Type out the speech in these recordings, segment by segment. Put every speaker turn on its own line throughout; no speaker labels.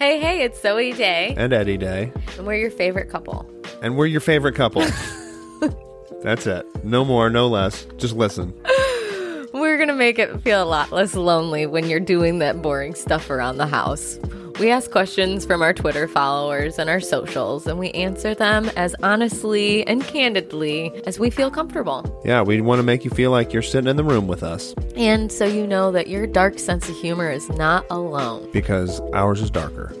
It's Zoe Day,
and Eddie Day,
and we're your favorite couple.
and we're your favorite couple. That's it. No more, no less. Just listen.
We're going to make it feel a lot less lonely when you're doing that boring stuff around the house. We ask questions from our Twitter followers and our socials, and we answer them as honestly and candidly as we feel comfortable.
Yeah, we want to make you feel like you're sitting in the room with us
And so you know that your dark sense of humor is not alone.
because ours is darker.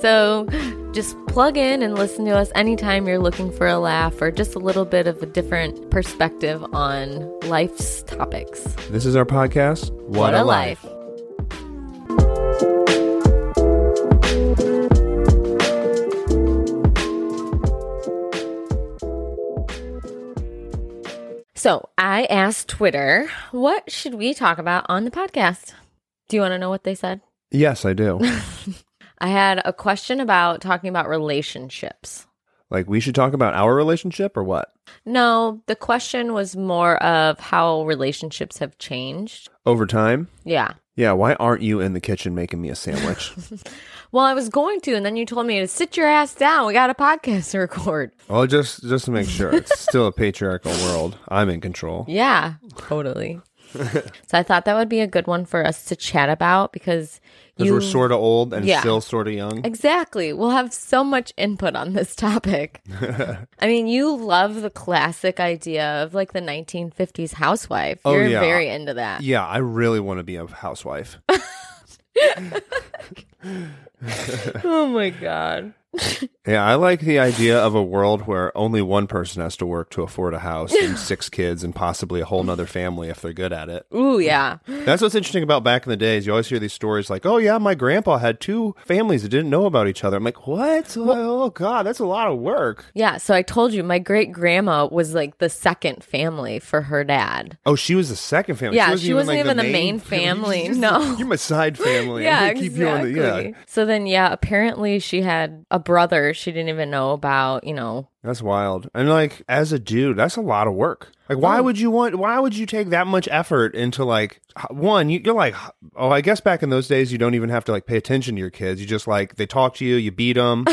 So just plug in and listen to us anytime you're looking for a laugh or just a little bit of a different perspective on life's topics.
This is our podcast. What,
So I asked Twitter, what should we talk about on the podcast? Do you want to know what they said?
Yes, I do.
I had a question about talking about relationships.
like, we should talk about our relationship or what?
No, the question was more of how relationships have changed.
Over time?
Yeah.
Yeah, why aren't you in the kitchen making me a sandwich?
Well, I was going to, and then you told me to sit your ass down. We got a podcast to record.
well, just just to make sure it's still a patriarchal world. I'm in control.
Yeah, totally. so I thought that would be a good one for us to chat about because
Because
you
we're sort of old and
Yeah.
still sort of young.
exactly we'll have so much input on this topic. I mean, you love the classic idea of like the 1950s housewife.
Oh,
You're
yeah.
very into that.
Yeah, I really want to be a housewife.
Oh my god.
Yeah, I like the idea of a world where only one person has to work to afford a house and six kids and possibly a whole nother family if they're good at it.
Ooh yeah.
That's what's interesting about back in the days. You always hear these stories like, oh, yeah, my grandpa had two families that didn't know about each other. I'm like, what? Oh, God, that's a lot of work.
Yeah, so I told you my great grandma was like the second family for her dad.
Oh, she was the second family.
Yeah, she wasn't even the main family. No.
You're my side family. I'm
yeah,
gonna keep you on the-
exactly.
yeah.
So then, yeah, apparently she had a brother she didn't even know about. You know,
That's wild. And like as a dude, that's a lot of work. Like why
Oh.
would you want why would you take that much effort into like h- one, you, you're like oh, I guess back in those days you don't even have to like pay attention to your kids. You just like they talk to you, you beat them,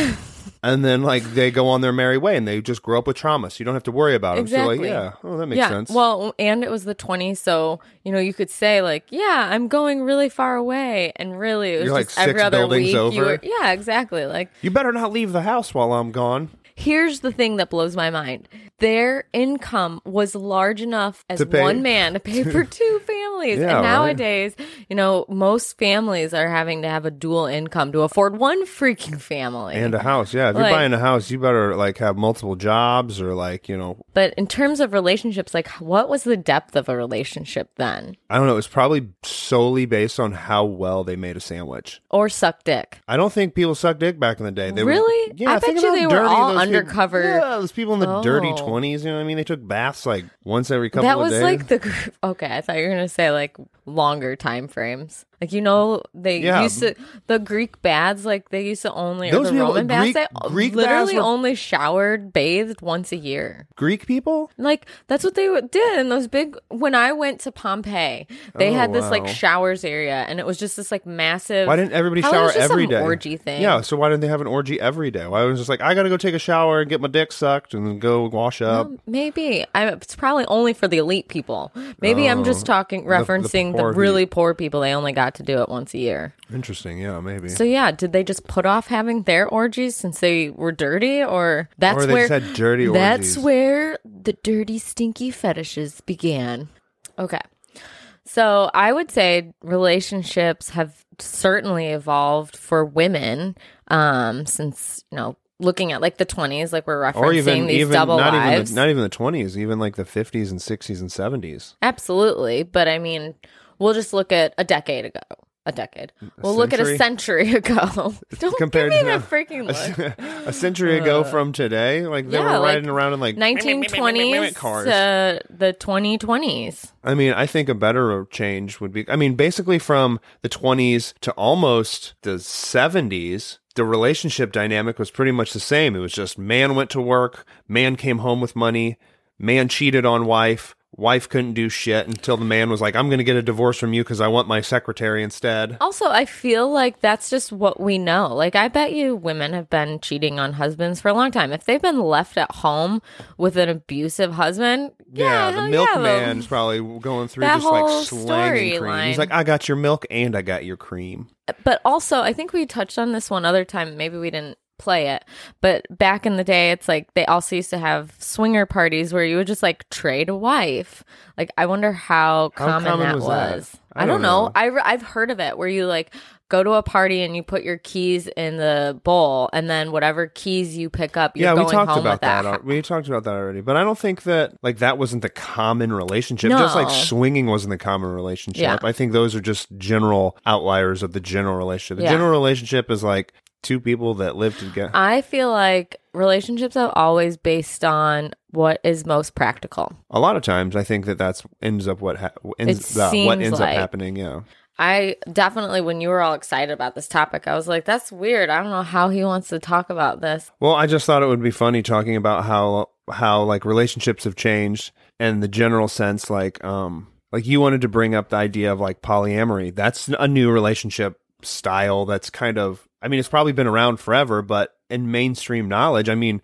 and then like they go on their merry way and they just grow up with trauma. So you don't have to worry about them. So
Exactly.
like yeah, oh that makes
yeah.
sense.
Well, and it was the 20s, so you know you could say like, yeah, I'm going really far away, and really it was
You're, like,
just every
six
other
buildings
week. You
over.
were, yeah, exactly. Like,
you better not leave the house while I'm gone
here's the thing that blows my mind: their income was large enough as
To pay-
one man to pay for two families, and
Yeah, right.
nowadays, you know, most families are having to have a dual income to afford one freaking family.
and a house. Yeah, if
Like-
you're buying a house, you better like have multiple jobs or like, you know,
But in terms of relationships, like what was the depth of a relationship then?
I don't know, it's probably solely based on how well they made a sandwich.
Or suck dick?
I don't think people sucked dick back in the day. They were-
Really?
yeah,
I
think
bet you
about
they were
dirty
all
those people-
undercover.
yeah, those people in the dirty
Oh.
twenties. You know what I mean? They took baths like once every couple
That
of
was
days.
like the gr- okay. I thought you were gonna say like longer time frames. Like you know they
Yeah.
used to the Greek baths. Like they used to only or
Those
the
people-
Roman baths.
Greek-
They
Greek baths
literally
were-
only showered, bathed once a year.
Greek people.
Like that's what they would- did. And those big when I went to Pompeii, they
Oh,
had this like
wow.
showers area, and it was just this like massive.
Why didn't everybody
Probably
shower
it's just
every
some
day?
orgy thing.
Yeah. So why didn't they have an orgy every day? Why was it just like I gotta go take a shower and get my dick sucked and then go wash up?
Um, Maybe I, it's probably only for the elite people. Maybe I'm
Oh,
just talking, referencing the,
poor pe-
really poor people. They only got to do it once a year.
Interesting. Yeah, maybe.
So yeah, did they just put off having their orgies since they were dirty, or that's
or they
where
just had dirty
that's
orgies.
where the dirty, stinky fetishes began? Okay, so I would say relationships have certainly evolved for women um, since you know looking at like the 20s, like we're referencing
or even
these
even
double
not
lives.
even the, not even the twenties, even like the fifties and sixties and seventies.
Absolutely. But I mean, we'll just look at a decade ago. A decade. we'll look at a century ago. Don't
Compared
give
to
me
now.
that freaking look.
a century ago from today, like they
Uh. yeah,
were
like,
riding around in like
1920s
cars.
to uh, the 2020s.
I mean, I think a better change would be I mean, basically from the 20s to almost the 70s, the relationship dynamic was pretty much the same. It was just man went to work, man came home with money, man cheated on wife, wife couldn't do shit until the man was like, I'm going to get a divorce from you because I want my secretary instead.
Also, I feel like that's just what we know. Like, I bet you women have been cheating on husbands for a long time. If they've been left at home with an abusive husband, yeah,
Yeah, the
hell yeah,
milkman's probably going through
that
just like
whole
slanging cream.
storyline.
He's like, I got your milk and I got your cream.
but also I think we touched on this one other time. Maybe we didn't play it, but back in the day, it's like they also used to have swinger parties where you would just like trade a wife. Like I wonder how,
How
common,
common
that
was
was.
that?
I, don't know. I re- I've heard of it where you like go to a party and you put your keys in the bowl, and then whatever keys you pick up, you're
yeah,
going
we talked
home
about
with that.
that. al- We talked about that already, but I don't think that like that wasn't the common relationship. Just like
No.
swinging wasn't the common relationship.
Yeah.
I think those are just general outliers of the general relationship. The
Yeah. Uh,
general relationship is like two people that live together.
I feel like relationships are always based on what is most practical.
A lot of times, I think that that's ends up what ha- ends
It
uh, what
seems
ends up
like-
happening. Yeah,
I definitely, when you were all excited about this topic, I was like, that's weird. I don't know how he wants to talk about this.
Well, I just thought it would be funny talking about how how like relationships have changed and the general sense like um like you wanted to bring up the idea of like polyamory. That's a new relationship style that's kind of I mean it's probably been around forever, but in mainstream knowledge, I mean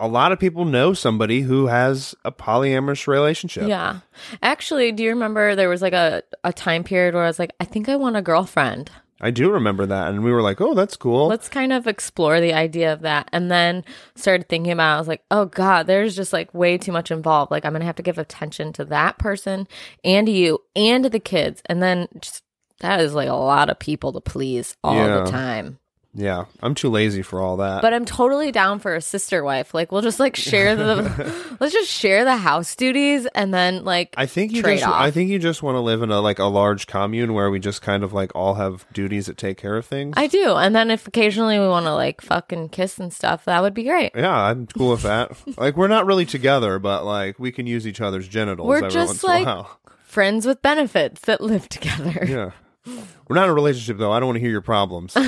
a lot of people know somebody who has a polyamorous relationship.
Yeah. Actually, do you remember there was like a, a time period where I was like, I think I want a girlfriend?
I do remember that and we were like, "Oh, that's cool."
Let's kind of explore the idea of that. And then started thinking about, it. I was like, oh God, there's just like way too much involved. Like, I'm going to have to give attention to that person and to you and to the kids. And then just that is like a lot of people to please all
Yeah.
the time.
yeah, I'm too lazy for all that.
But I'm totally down for a sister wife. Like we'll just like share the let's just share the house duties and then like
I think you
trade
just
off.
I think you just want to live in a like a large commune where we just kind of like all have duties that take care of things.
I do. And then if occasionally we want to like fuck and kiss and stuff, that would be great.
yeah, I'm cool with that. like we're not really together, but like we can use each other's genitals
We're
every
just
once
like-
in a while.
Friends with benefits that live together.
Yeah. We're not in a relationship though. I don't want to hear your problems.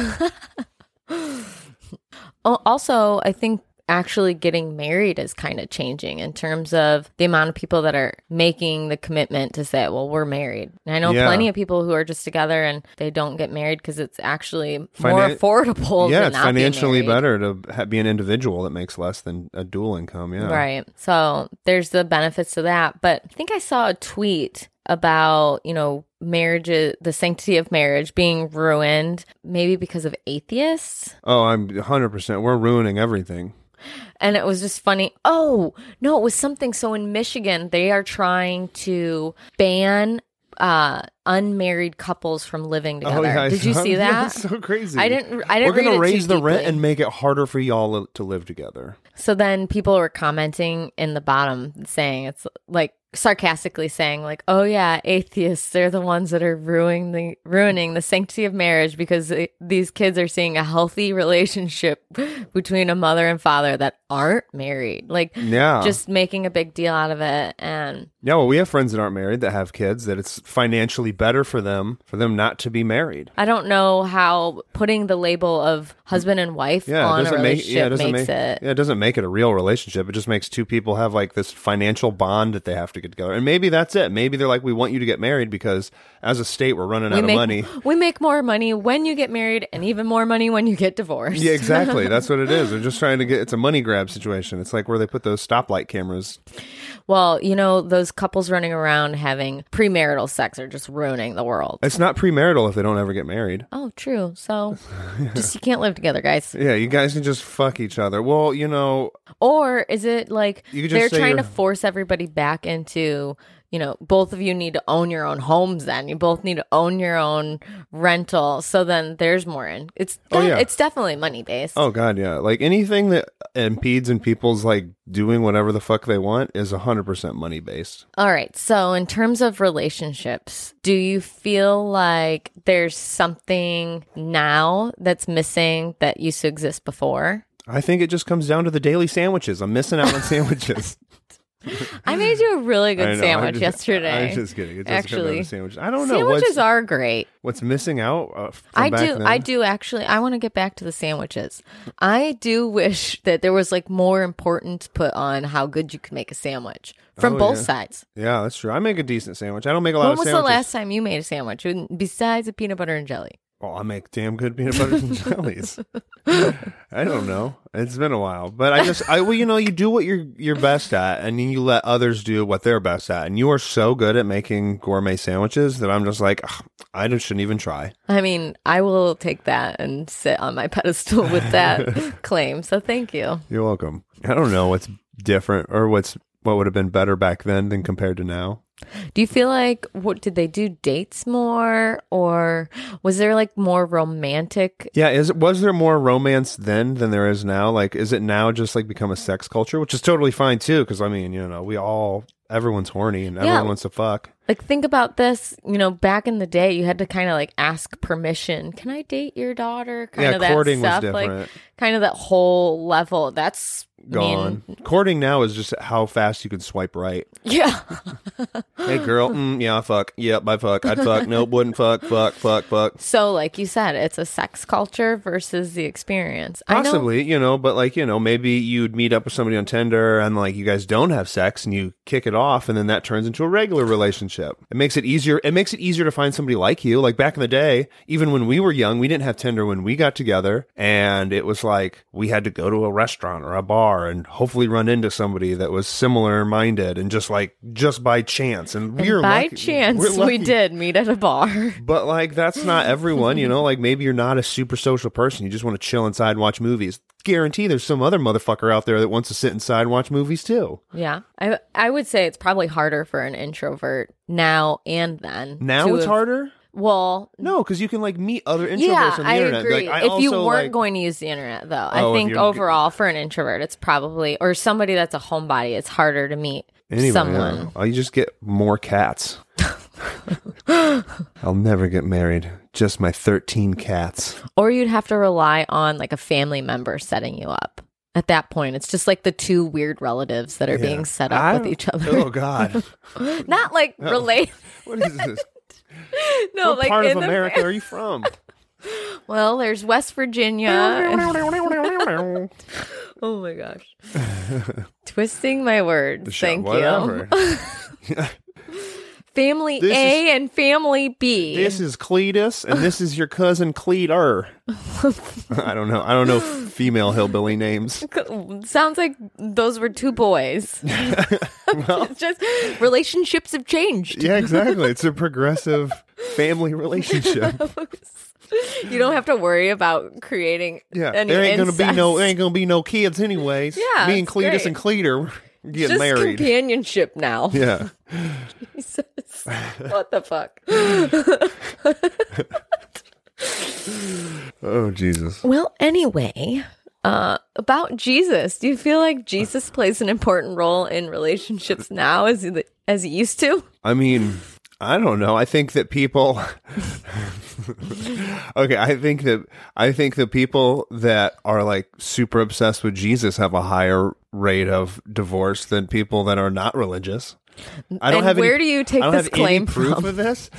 Al- Also, I think actually getting married is kind of changing in terms of the amount of people that are making the commitment to say, well, we're married. And I know
Yeah.
plenty of people who are just together and they don't get married because it's actually more
Finan-
affordable. to
yeah, it's
not be
financially
married.
better to ha- be an individual that makes less than a dual income. Yeah.
Right. So there's the benefits to that. But I think I saw a tweet about, you know, marriage, the sanctity of marriage being ruined, maybe because of atheists.
Oh, I'm 100%. We're ruining everything.
And it was just funny. Oh, no, it was something. So in Michigan, they are trying to ban uh unmarried couples from living together.
Oh, yeah. I
Did you
saw-
see
Yeah,
that?
it's so crazy.
I didn't I didn't
We're gonna
read it too
raise the rent
deeply.
and make it harder for y'all li- to live together.
So then people were commenting in the bottom saying it's like sarcastically saying like, "Oh yeah, atheists they're the ones that are ruining the ruining the sanctity of marriage because it, these kids are seeing a healthy relationship between a mother and father that aren't married." Like
Yeah.
just making a big deal out of it and
Yeah, well, we have friends that aren't married that have kids that it's financially better for them for them not to be married.
I don't know how putting the label of husband and wife
Yeah, it
on a
doesn't make yeah,
relationship
it doesn't
makes
make
it.
yeah, it doesn't make it a real relationship. It just makes two people have like this financial bond that they have to get together. And maybe that's it. Maybe they're like, we want you to get married because as a state we're running out
We
of
make,
money.
we make more money when you get married and even more money when you get divorced.
Yeah, exactly. That's what it is. They're just trying to get. It's a money grab situation. It's like where they put those stoplight cameras.
Well, you know, those couples running around having premarital sex are just ruining the world.
It's not premarital if they don't ever get married.
Oh, true. So just you can't live together, guys.
Yeah, you guys can just fuck each other. Well, you know,
Or is it like
You could just
they're
say
trying to
you're-
force everybody back into, you know, both of you need to own your own homes then. You both need to own your own rental. So then there's more in. It's
Oh, yeah.
it's definitely money based.
Oh god, yeah. Like anything that impedes in people's like doing whatever the fuck they want is 100% money based.
All right. So, in terms of relationships, do you feel like there's something now that's missing that used to exist before?
I think it just comes down to the daily sandwiches. I'm missing out on sandwiches.
I made you a really
I
good
know, I
sandwich
just-
yesterday.
I was just kidding. It doesn't come down
Actually,
to sandwiches. I don't know
sandwiches
what's,
are great.
what's missing out. Uh, from
I
back
do.
Then.
I do actually. I want to get back to the sandwiches. I do wish that there was like more importance put on how good you could make a sandwich from
Oh,
both
yeah.
sides.
Yeah, that's true. I make a decent sandwich. I don't make a lot
When
of
was
sandwiches.
the last time you made a sandwich and besides a peanut butter and jelly?
Oh, I make damn good peanut butters and jellies. I don't know. It's been a while, but I just I well, you know, you do what you're you're best at, and then you let others do what they're best at, and you are so good at making gourmet sandwiches that I'm just like, "Ugh, I just shouldn't even try.
I mean, I will take that and sit on my pedestal with that claim. So thank you.
You're welcome. I don't know what's different or what's what would have been better back then than compared to now.
Do you feel like what did they do dates more or was there like more romantic?
Yeah, is was there more romance then than there is now? Like, is it now just like become a sex culture, which is totally fine too? Because I mean, you know, we all everyone's horny and everyone
Yeah.
wants to fuck.
Like think about this, you know, back in the day you had to kind of like ask permission. Can I date your daughter? Kind
Yeah,
of that
courting was
stuff like
different.
kind of that whole level. That's I mean,
Gone. Courting now is just how fast you can swipe right.
yeah.
Hey, girl. Mm, yeah, fuck. Yep, I fuck. I'd fuck. Nope, wouldn't fuck. Fuck, fuck, fuck.
So like you said, it's a sex culture versus the experience. I know
Possibly, you know, but like, you know, maybe you'd meet up with somebody on Tinder and like you guys don't have sex and you kick it off and then that turns into a regular relationship. It makes it easier. It makes it easier to find somebody like you. Like back in the day, even when we were young, we didn't have Tinder when we got together and it was like we had to go to a restaurant or a bar and hopefully run into somebody that was similar minded and just like just by chance. And, we were
by
lucky-
chance
we're
we
lucky.
did meet at a bar.
But like that's not everyone, you know. Like maybe you're not a super social person. You just want to chill inside and watch movies. Guarantee there's some other motherfucker out there that wants to sit inside and watch movies too.
Yeah. I I would say it's probably harder for an introvert now and then.
Now
to
it's
have-
harder.
Well,
No, because you can like meet other introverts
yeah,
on the
I
internet.
agree.
Like, I
if you
also,
weren't
like-
going to use the internet though,
Oh,
I
if
think
you're-
overall for an introvert it's probably or somebody that's a homebody, it's harder to meet
Anyway,
someone.
yeah. Oh, you just get more cats. I'll never get married. Just my thirteen cats.
Or you'd have to rely on like a family member setting you up. At that point, it's just like the two weird relatives that are being set up
I-
with each other.
Oh God,
Not like related.
what is this?
No,
what
like
part
in
of
the fam-
America are you from?
Well, there's West Virginia. Oh my gosh. Twisting my words. Thank you.
Whatever.
Family
This
A and family B.
This is Cletus, and this is your cousin Cleeter. I don't know. I don't know female hillbilly names.
Sounds like those were two boys. it's just relationships have changed.
Yeah, exactly. It's a progressive family relationship.
You don't have to worry about creating
Yeah,
any
there ain't gonna be no there
incest.
ain't gonna be no kids anyways.
Yeah,
me and
it's
Cletus
great.
and Cleeter get
just
married.
companionship now.
yeah,
Jesus. What the fuck?
Oh Jesus.
Well, anyway, uh, about Jesus, do you feel like Jesus plays an important role in relationships now as he, as he used to?
I mean, I don't know. I think that people. okay, I think that I think the people that are like super obsessed with Jesus have a higher rate of divorce than people that are not religious. I don't
And
have any-
where do you take
I don't
this
have
claim
any proof
from?
of this.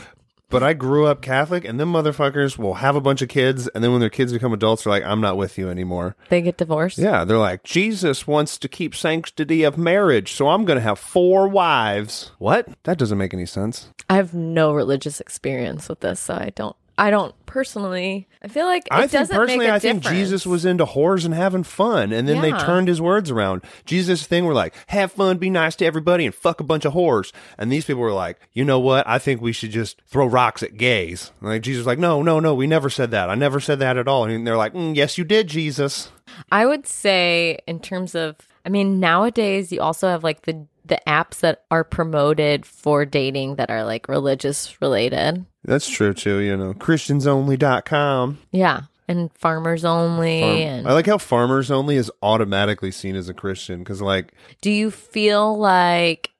But I grew up Catholic, and them motherfuckers will have a bunch of kids, and then when their kids become adults, they're like, "I'm not with you anymore."
They get divorced.
Yeah, they're like, Jesus wants to keep sanctity of marriage, so I'm going to have four wives. What? That doesn't make any sense.
I have no religious experience with this, so I don't. I don't personally. I feel like it
I think
doesn't
personally,
make a
I think
difference.
Jesus was into whores and having fun, and then they
Yeah.
turned his words around. Jesus' thing were like, have fun, be nice to everybody, and fuck a bunch of whores. And these people were like, you know what? I think we should just throw rocks at gays. And like Jesus, was like, no, no, no, we never said that. I never said that at all. And they're like, mm, yes, you did, Jesus.
I would say in terms of I mean nowadays you also have like the the apps that are promoted for dating that are like religious related.
That's true too. You know, Christiansonly.com.
Yeah. And farmers only
Farm-
and
I like how farmers only is automatically seen as a Christian because, like,
do you feel like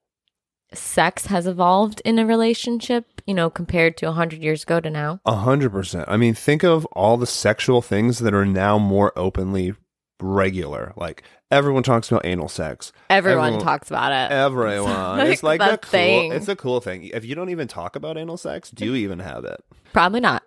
sex has evolved in a relationship, you know, compared to 100 years ago to now?
a hundred percent. I mean, think of all the sexual things that are now more openly regular. Like everyone talks about anal sex.
Everyone, talks about it.
Everyone.
Like
it's like
the
the cool,
thing.
It's a cool thing. If you don't even talk about anal sex, do you even have it?
Probably not.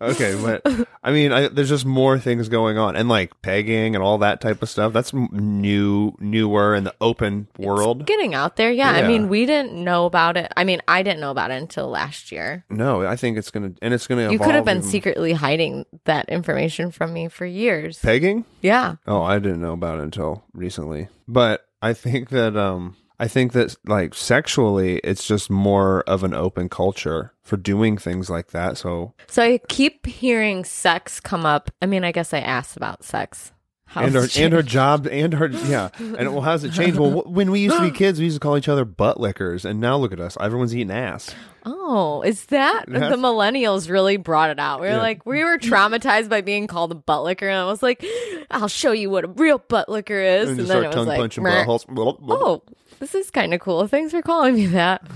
Okay, but I mean, I, there's just more things going on, and like pegging and all that type of stuff. That's m- new, newer in the open world.
Getting out there, yeah. I
Yeah.
mean, we didn't know about it. I mean, I didn't know about it until last year.
No, I think it's gonna, and it's gonna.
You could have
evolve
been
even-
secretly hiding that information from me for years.
pegging.
yeah.
Oh, I didn't know about it until recently. But I think that um I think that like sexually it's just more of an open culture for doing things like that. So
So I keep hearing sex come up. I mean, I guess I asked about sex. How
and our
it's
and our
changed.
job and our yeah. And well how's it changed? Well wh- when we used to be kids, we used to call each other butt lickers and now look at us. Everyone's eating ass.
oh, is that
That's-
the millennials really brought it out? We were
Yeah.
like, we were traumatized by being called a butt licker, and I was like, I'll show you what a real butt licker is. And,
And just
then
our
it was
tongue
like,
punching
"Meh."
buttholes. Blah, blah, blah.
oh, this is kind of cool. Thanks for calling me that.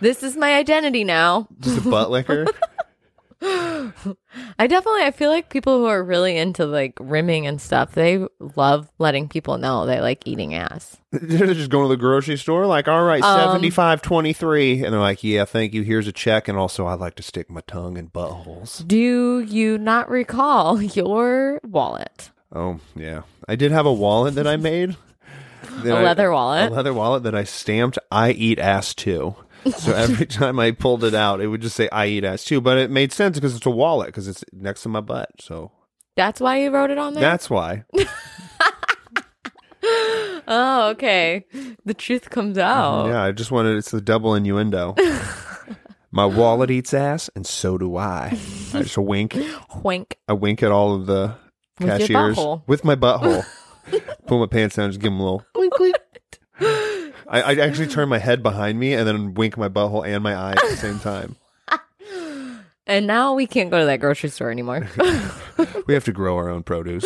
this is my identity now.
Just a butt licker.
I definitely I feel like people who are really into like rimming and stuff, they love letting people know they like eating ass.
They're just going to the grocery store, like, all right,
Um,
seventy five twenty three, and they're like, yeah, thank you. Here's a check, and also I like to stick my tongue in buttholes.
Do you not recall your wallet?
Oh yeah, I did have a wallet that I made. That
A
I-
leather wallet?
A leather wallet that I stamped "I eat ass too." So every time I pulled it out, it would just say "I eat ass too," but it made sense because it's a wallet because it's next to my butt. So
That's why you wrote it on there?
that's why.
oh, okay. The truth comes out.
Mm-hmm. Yeah, I just wanted it's the double innuendo. my wallet eats ass, and so do I. I just wink.
Wink.
I wink at all of the
With your
cashiers
butthole.
with my butthole. Pull my pants down, just give them a little wink, wink. I, I actually turn my head behind me and then wink my butthole and my eye at the same time.
And now we can't go to that grocery store anymore.
We have to grow our own produce.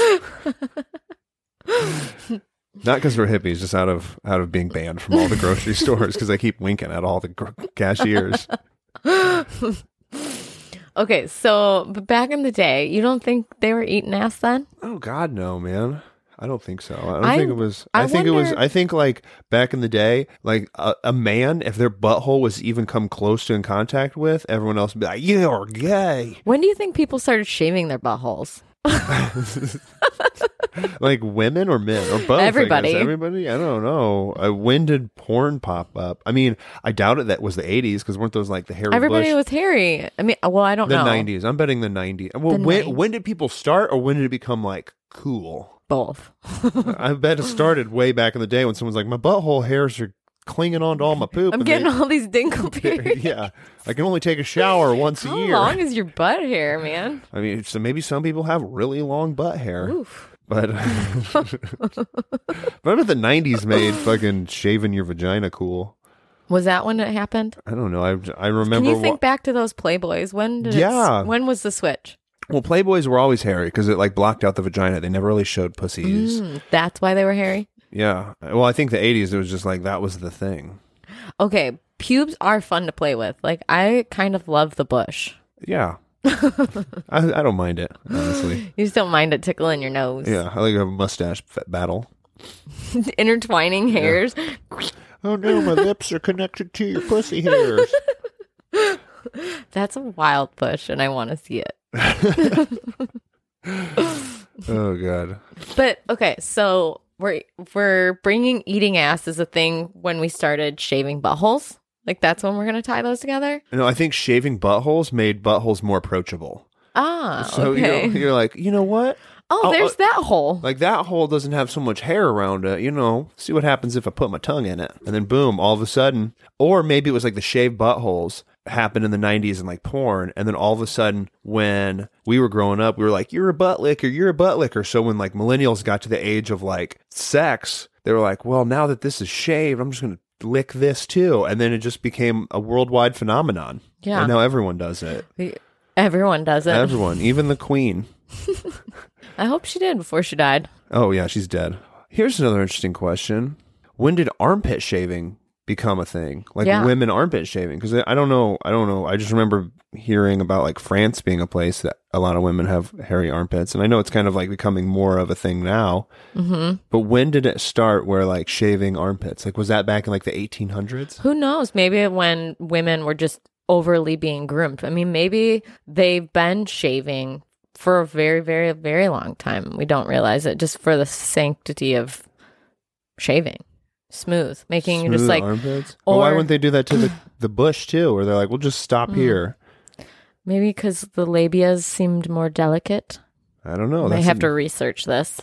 Not because we're hippies, just out of out of being banned from all the grocery stores because I keep winking at all the gr- cashiers.
okay, so but back in the day, you don't think they were eating ass then?
Oh God, no, man. I don't think so. I don't
I-
think it was.
I
I, think it was.
wonder-
I think like back in the day, like a, a man, if their butthole was even come close to in contact with, everyone else would be like, "You are gay."
When do you think people started shaving their buttholes?
like women or men or both. I guess.
Everybody.
everybody. I don't know. Uh, when did porn pop up? I mean, I doubt it. That was the '80s because weren't those like the Harry
Everybody
Bush?
was hairy. I mean, well, I don't
the
know.
'90s. I'm betting the '90s. Well,
The
when
90s.
when did people start, or when did it become like cool?
Both.
I bet it started way back in the day when someone's like, my butthole hairs are clinging onto all my poop.
I'm
and
getting
they-
all these dingle periods.
yeah, I can only take a shower once
How
a year.
long is your butt hair, man?
I mean, so maybe some people have really long butt hair,
Oof.
but remember the '90s made fucking shaving your vagina cool.
Was that when it happened?
I don't know. I I
Can
remember.
you think
wa-
back to those Playboys? When did
Yeah.
it, when was the switch?
well, Playboys were always hairy because it like blocked out the vagina. They never really showed pussies.
Mm, that's why they were hairy.
Yeah. Well, I think the '80s it was just like that was the thing.
Okay, pubes are fun to play with. Like I kind of love the bush.
Yeah. I, I don't mind it honestly.
You just don't mind it tickling your nose,
Yeah, I like a mustache f- battle.
intertwining hairs.
Oh no, my lips are connected to your pussy hairs.
That's a wild bush, and I want to see it.
Oh god.
But okay, so we're we're bringing eating ass as a thing when we started shaving buttholes. Like that's when we're gonna tie those together.
No, I think shaving buttholes made buttholes more approachable.
Ah,
So
okay.
you're, you're like, you know what?
oh,
oh,
there's
oh.
that hole.
Like that hole doesn't have so much hair around it. You know, see what happens if I put my tongue in it, and then boom, all of a sudden, or maybe it was like the shaved buttholes happened in the 90s and like porn and then all of a sudden when we were growing up we were like you're a butt licker you're a butt licker so when like millennials got to the age of like sex they were like well now that this is shaved i'm just gonna lick this too and then it just became a worldwide phenomenon
Yeah.
and now everyone does it
Everyone does it.
everyone even the queen
I hope she did before she died.
Oh yeah, she's dead. Here's another interesting question: When did armpit shaving become a thing? Like
Yeah.
women armpit shaving? Because I I don't know. I don't know. I just remember hearing about like France being a place that a lot of women have hairy armpits, and I know it's kind of like becoming more of a thing now.
Mm-hmm.
But when did it start where like shaving armpits? Like was that back in like the 1800s?
Who knows? Maybe when women were just overly being groomed. I mean, maybe they've been shaving for a very, very, very long time. We don't realize it just for the sanctity of shaving. Smooth, making you just
Smooth
like
armpits. Well, why
or- Mm.
wouldn't they do that to the the bush too? Where they're like, we'll just stop here.
maybe because the labias seemed more delicate.
I don't know.
I
That's
have
an-
to research this.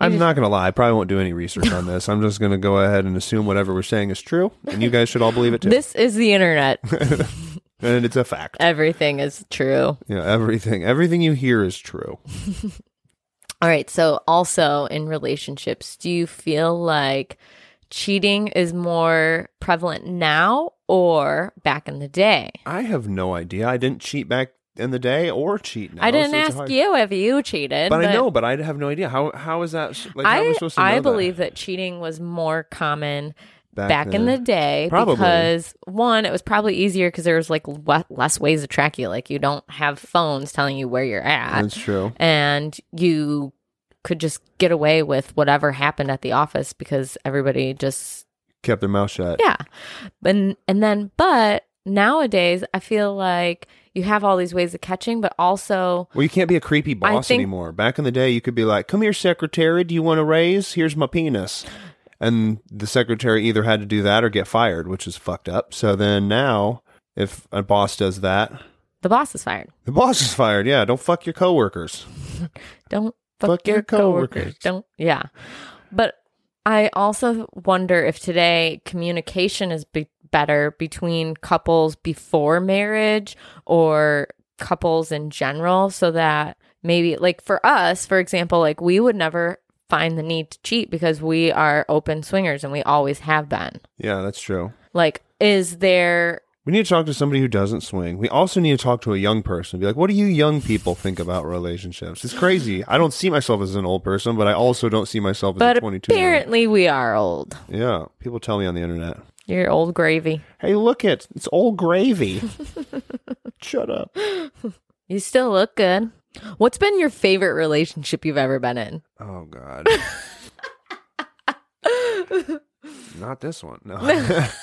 I'm not gonna lie. I probably won't do any research on this. I'm just gonna go ahead and assume whatever we're saying is true, and you guys should all believe it too.
This is the internet.
and it's a fact.
Everything is true.
You know, everything everything you hear is true.
All right. So, also in relationships, do you feel like cheating is more prevalent now or back in the day?
I have no idea. I didn't cheat back in the day or cheat now.
I didn't
so it's
ask
hard.
you if you cheated,
But, I know, but I have no idea. How how is that? Like, how am I
I,
supposed to know
I
that?
believe that cheating was more common back, in the
then?
day
Probably.
because one, it was probably easier because there was like le- less ways to track you. Like you don't have phones telling you where you're at,
That's true.
and you could just get away with whatever happened at the office because everybody just
Kept their mouth shut.
Yeah. And and then but nowadays I feel like you have all these ways of catching, but also
Well, you can't be a creepy boss
think-
anymore. Back in the day, you could be like, "Come here, secretary. Do you want a raise? Here's my penis." And the secretary either had to do that or get fired, which is fucked up. So then now, if a boss does that,
the boss is fired.
the boss is fired. Yeah, don't fuck your coworkers.
Don't fuck, your, coworkers. Don't yeah. But I also wonder if today communication is be- better between couples before marriage or couples in general so that maybe like for us for example like we would never find the need to cheat because we are open swingers and we always have been
Yeah, that's true.
Like, is there
We need to talk to somebody who doesn't swing. We also need to talk to a young person. Be like, what do you young people think about relationships? It's crazy. I don't see myself as an old person, but I also don't see myself as
but
a 22 year
apparently we are old.
old. Yeah. People tell me on the internet,
You're old gravy.
hey, look it. It's old gravy. Shut up.
You still look good. What's been your favorite relationship you've ever been in?
Oh, God. Not this one. No.
Have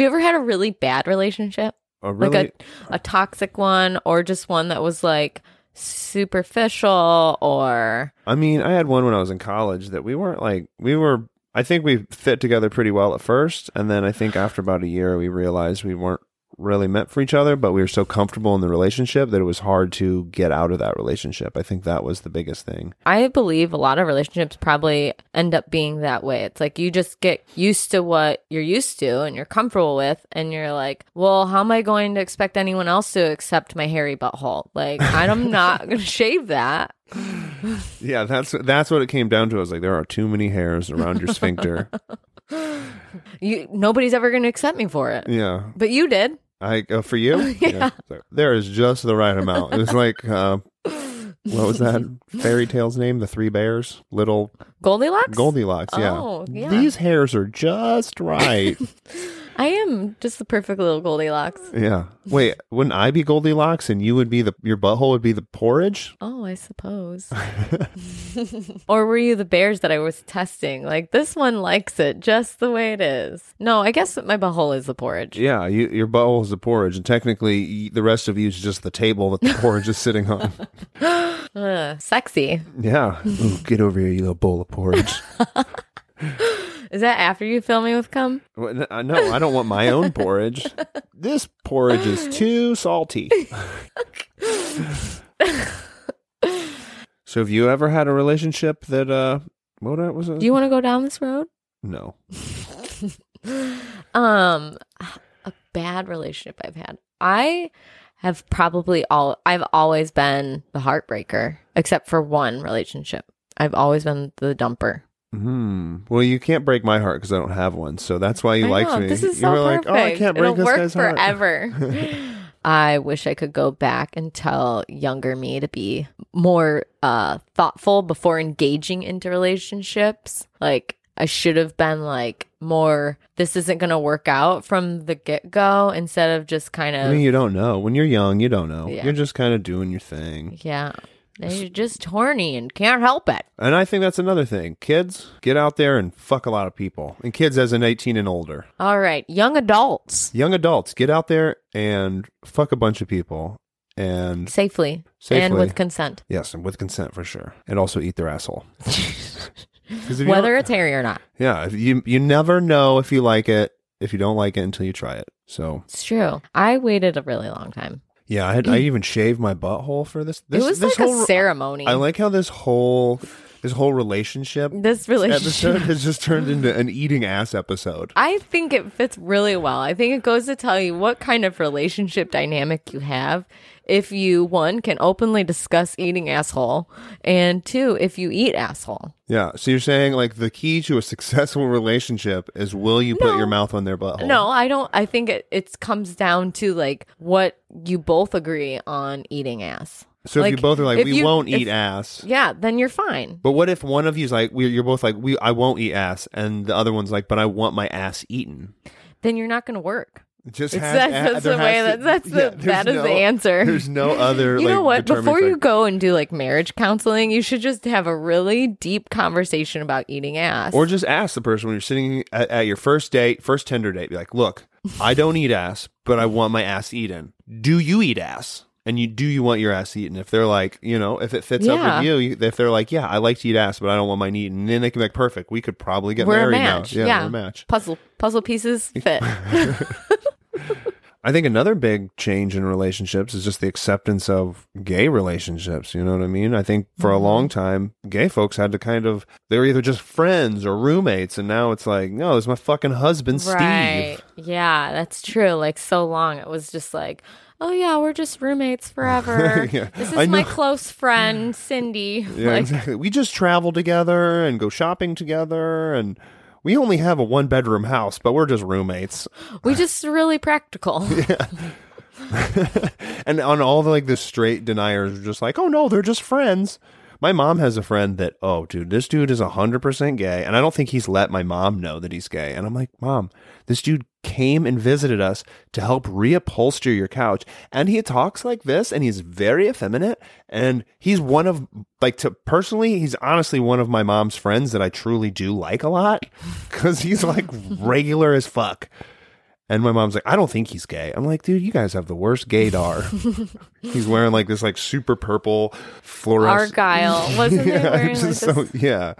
you ever had a really bad relationship?
a really,
Like a a toxic one or just one that was like superficial or
I mean, I had one when I was in college that we weren't like we were. I think we fit together pretty well at first, and then I think after about a year, we realized we weren't really meant for each other. But we were so comfortable in the relationship that it was hard to get out of that relationship. I think that was the biggest thing.
I believe a lot of relationships probably end up being that way. It's like you just get used to what you're used to and you're comfortable with, and you're like, well, how am I going to expect anyone else to accept my hairy butthole? Like, I'm not going to shave that.
Yeah, that's that's what it came down to. I was like, there are too many hairs around your sphincter.
You, nobody's ever going to accept me for it.
yeah,
But you did.
I uh, for you. yeah, So there is just the right amount. It was like. Uh, what was that fairy tale's name? The Three Bears? Little
Goldilocks?
Goldilocks, yeah.
Oh, yeah.
These hairs are just right.
I am just the perfect little Goldilocks.
yeah. Wait, wouldn't I be Goldilocks and you would be the your butthole would be the porridge?
Oh, I suppose. or were you the bears that I was testing? Like this one likes it just the way it is. No, I guess my butthole is the porridge.
Yeah, you, your butthole is the porridge, and technically y- the rest of you is just the table that the porridge is sitting on.
Ugh, sexy.
Yeah. Ooh, get over here, you little bowl of porridge.
Is that after you fill me with cum?
Well, n- uh, no, I don't want my own porridge. This porridge is too salty. so, have you ever had a relationship that uh, what was it?
Do you want to go down this road?
no.
Um, a bad relationship I've had. I have probably all. I've always been the heartbreaker, except for one relationship. I've always been the dumper.
Hmm. Well, you can't break my heart because I don't have one. So that's why you
I
liked
know,
me.
This is
you
so
were like,
perfect.
oh, I can't break
It'll
this
work
guy's heart.
forever. I wish I could go back and tell younger me to be more uh, thoughtful before engaging into relationships. Like I should have been like, more this isn't going to work out from the get go instead of just kind of
I mean, you don't know. When you're young, you don't know.
Yeah.
You're just kind of doing your thing.
yeah. You're just horny and can't help it.
And I think that's another thing. Kids, get out there and fuck a lot of people. And kids as an 18 and older.
All right, young adults
Young adults, get out there and fuck a bunch of people. And
safely, and
Safely.
with consent,
yes, and with consent for sure. And also eat their asshole. 'Cause if you
whether
don't-
it's hairy or not.
yeah, if you you never know if you like it, if you don't like it until you try it. So
It's true. I waited a really long time.
yeah, I had, I even shaved my butthole for this. this
Mm. it was
this
like
whole,
a ceremony.
I like how this whole this whole relationship
this relationship.
episode has just turned into an eating ass episode.
I think it fits really well. I think it goes to tell you what kind of relationship dynamic you have if you one can openly discuss eating asshole and two if you eat asshole.
Yeah. So you're saying like the key to a successful relationship is will you put your mouth on their butthole?
No, I don't I think it it comes down to like what you both agree on eating ass.
So if
Like,
you both are like,
if
we
you-
won't
if-
eat ass.
Yeah, then you're fine.
But what if one of you's like, we, you're both like, we, I won't eat ass, and the other one's like, but I want my ass eaten.
Then you're not going to work.
It Just
It's-
has,
that's-
a-
that's
there
the
has
way
to-
that- that's the-
there's
that is the answer.
There's no other.
You know
like,
what?
determinant
Before you
fac-
go and do like marriage counseling, you should just have a really deep conversation about eating ass.
or just ask the person when you're sitting at, at your first date, first Tinder date, be like, look, I don't eat ass, but I want my ass eaten. Do you eat ass? And you do you want your ass eaten? If they're like, you know, if it fits up
Yeah.
with you, you, if they're like, yeah, I like to eat ass, but I don't want mine eaten, and then they can be like, perfect, we could probably get
we're a
married
match.
now.
Yeah,
we're a match.
Puzzle puzzle pieces fit.
I think another big change in relationships is just the acceptance of gay relationships. You know what I mean? I think for a long time, gay folks had to kind of, they were either just friends or roommates. And now it's like, no, it's my fucking husband, Steve.
Yeah, that's true. Like so long, it was just like, oh yeah, we're just roommates forever.
Yeah,
This is
I
my
know.
close friend Cindy.
Yeah,
like,
exactly. We just travel together and go shopping together, and we only have a one bedroom house, but we're just roommates.
we just really practical.
And on all the like the straight deniers are just like, oh no, they're just friends. My mom has a friend that, oh dude, this dude is hundred percent gay, and I don't think he's let my mom know that he's gay. And I'm like, mom, this dude came and visited us to help reupholster your couch, and he talks like this, and he's very effeminate, and he's one of like to personally, he's honestly one of my mom's friends that I truly do like a lot because he's like regular as fuck. And my mom's like, I don't think he's gay. I'm like, dude, you guys have the worst gaydar. he's wearing like this like super purple fluorescent.
Argyle wasn't it
yeah,
wearing
it's
like
just
this? Mm-hmm.
so yeah,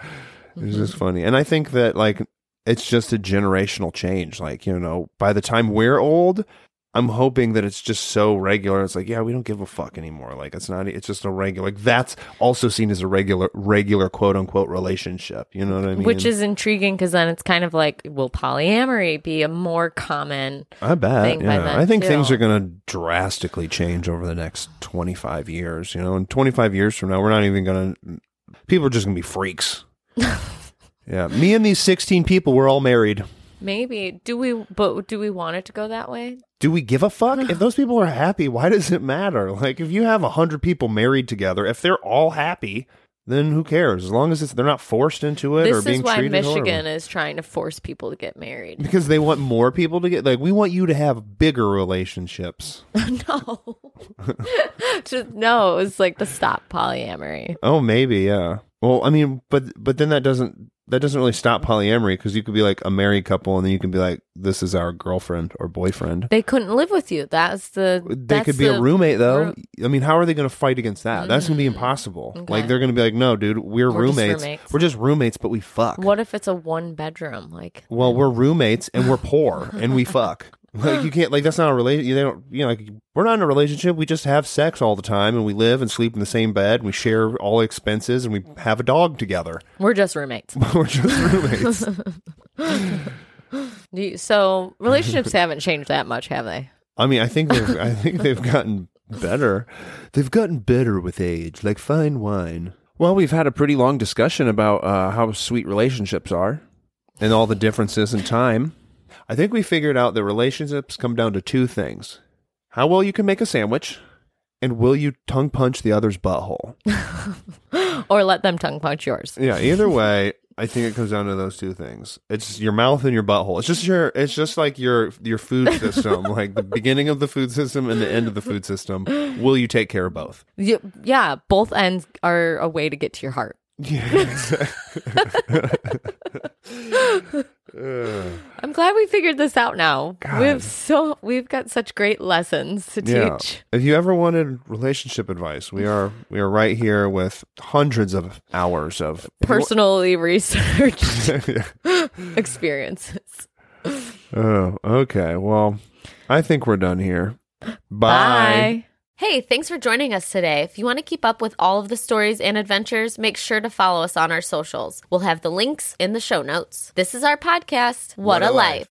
it's just funny. And I think that like it's just a generational change. Like you know, by the time we're old, I'm hoping that it's just so regular. It's like yeah, we don't give a fuck anymore. Like it's not. It's just a regular. Like that's also seen as a regular, regular quote unquote relationship. You know what I mean?
Which is intriguing because then it's kind of like, will polyamory be a more common?
I bet.
thing by
Yeah.
then,
I think
too.
things are going to drastically change over the next 25 years. You know, in 25 years from now, we're not even going to, people are just going to be freaks. yeah. Me and these 16 people, we're all married.
Maybe do we? But do we want it to go that way?
Do we give a fuck? if those people are happy, why does it matter? Like, if you have 100 people married together, if they're all happy, then who cares? As long as it's, they're not forced into it or
This
being
is why
treated horribly.
Michigan is trying to force people to get married.
Because they want more people to get, like, we want you to have bigger relationships.
no, just no. It was like the stop polyamory.
Oh, maybe, yeah. Well, I mean, but but then that doesn't that doesn't really stop polyamory because you could be like a married couple and then you can be like, this is our girlfriend or boyfriend.
They couldn't live with you. That's the.
They
that's
could be
the-
a roommate though.
roo- Mm.
I mean, how are they going to fight against that? That's going to be impossible.
Okay.
Like they're going to be like, no, dude, we're,
We're just
roommates.
roommates.
We're just roommates, but we fuck.
What if it's a one bedroom? Like,
Well, we're roommates and we're poor and we fuck. Like you can't like that's not a relationship. They don't you know like we're not in a relationship. We just have sex all the time and we live and sleep in the same bed. And we share all expenses and we have a dog together.
we're just roommates.
we're just roommates.
Do you- So relationships haven't changed that much, have they?
I mean, I think they've, I think they've gotten better. They've gotten better with age, like fine wine. Well, we've had a pretty long discussion about uh, how sweet relationships are and all the differences in time. I think we figured out that relationships come down to two things: how well you can make a sandwich, and will you tongue punch the other's butthole.
Or let them tongue punch yours.
Yeah, either way, I think it comes down to those two things. It's your mouth and your butthole. It's just your. It's just like your your food system, like the beginning of the food system and the end of the food system. Will you take care of both?
Y- Yeah, both ends are a way to get to your heart.
Yeah.
I'm glad we figured this out now.
God.
We've so we've got such great lessons to
Yeah.
teach.
If you ever wanted relationship advice, we are we are right here with hundreds of hours of
Personally researched
Yeah.
experiences.
Oh, okay. Well, I think we're done here. Bye.
Bye.
Hey, thanks for joining us today. If you want to keep up with all of the stories and adventures, make sure to follow us on our socials. We'll have the links in the show notes. This is our podcast, What, a Life.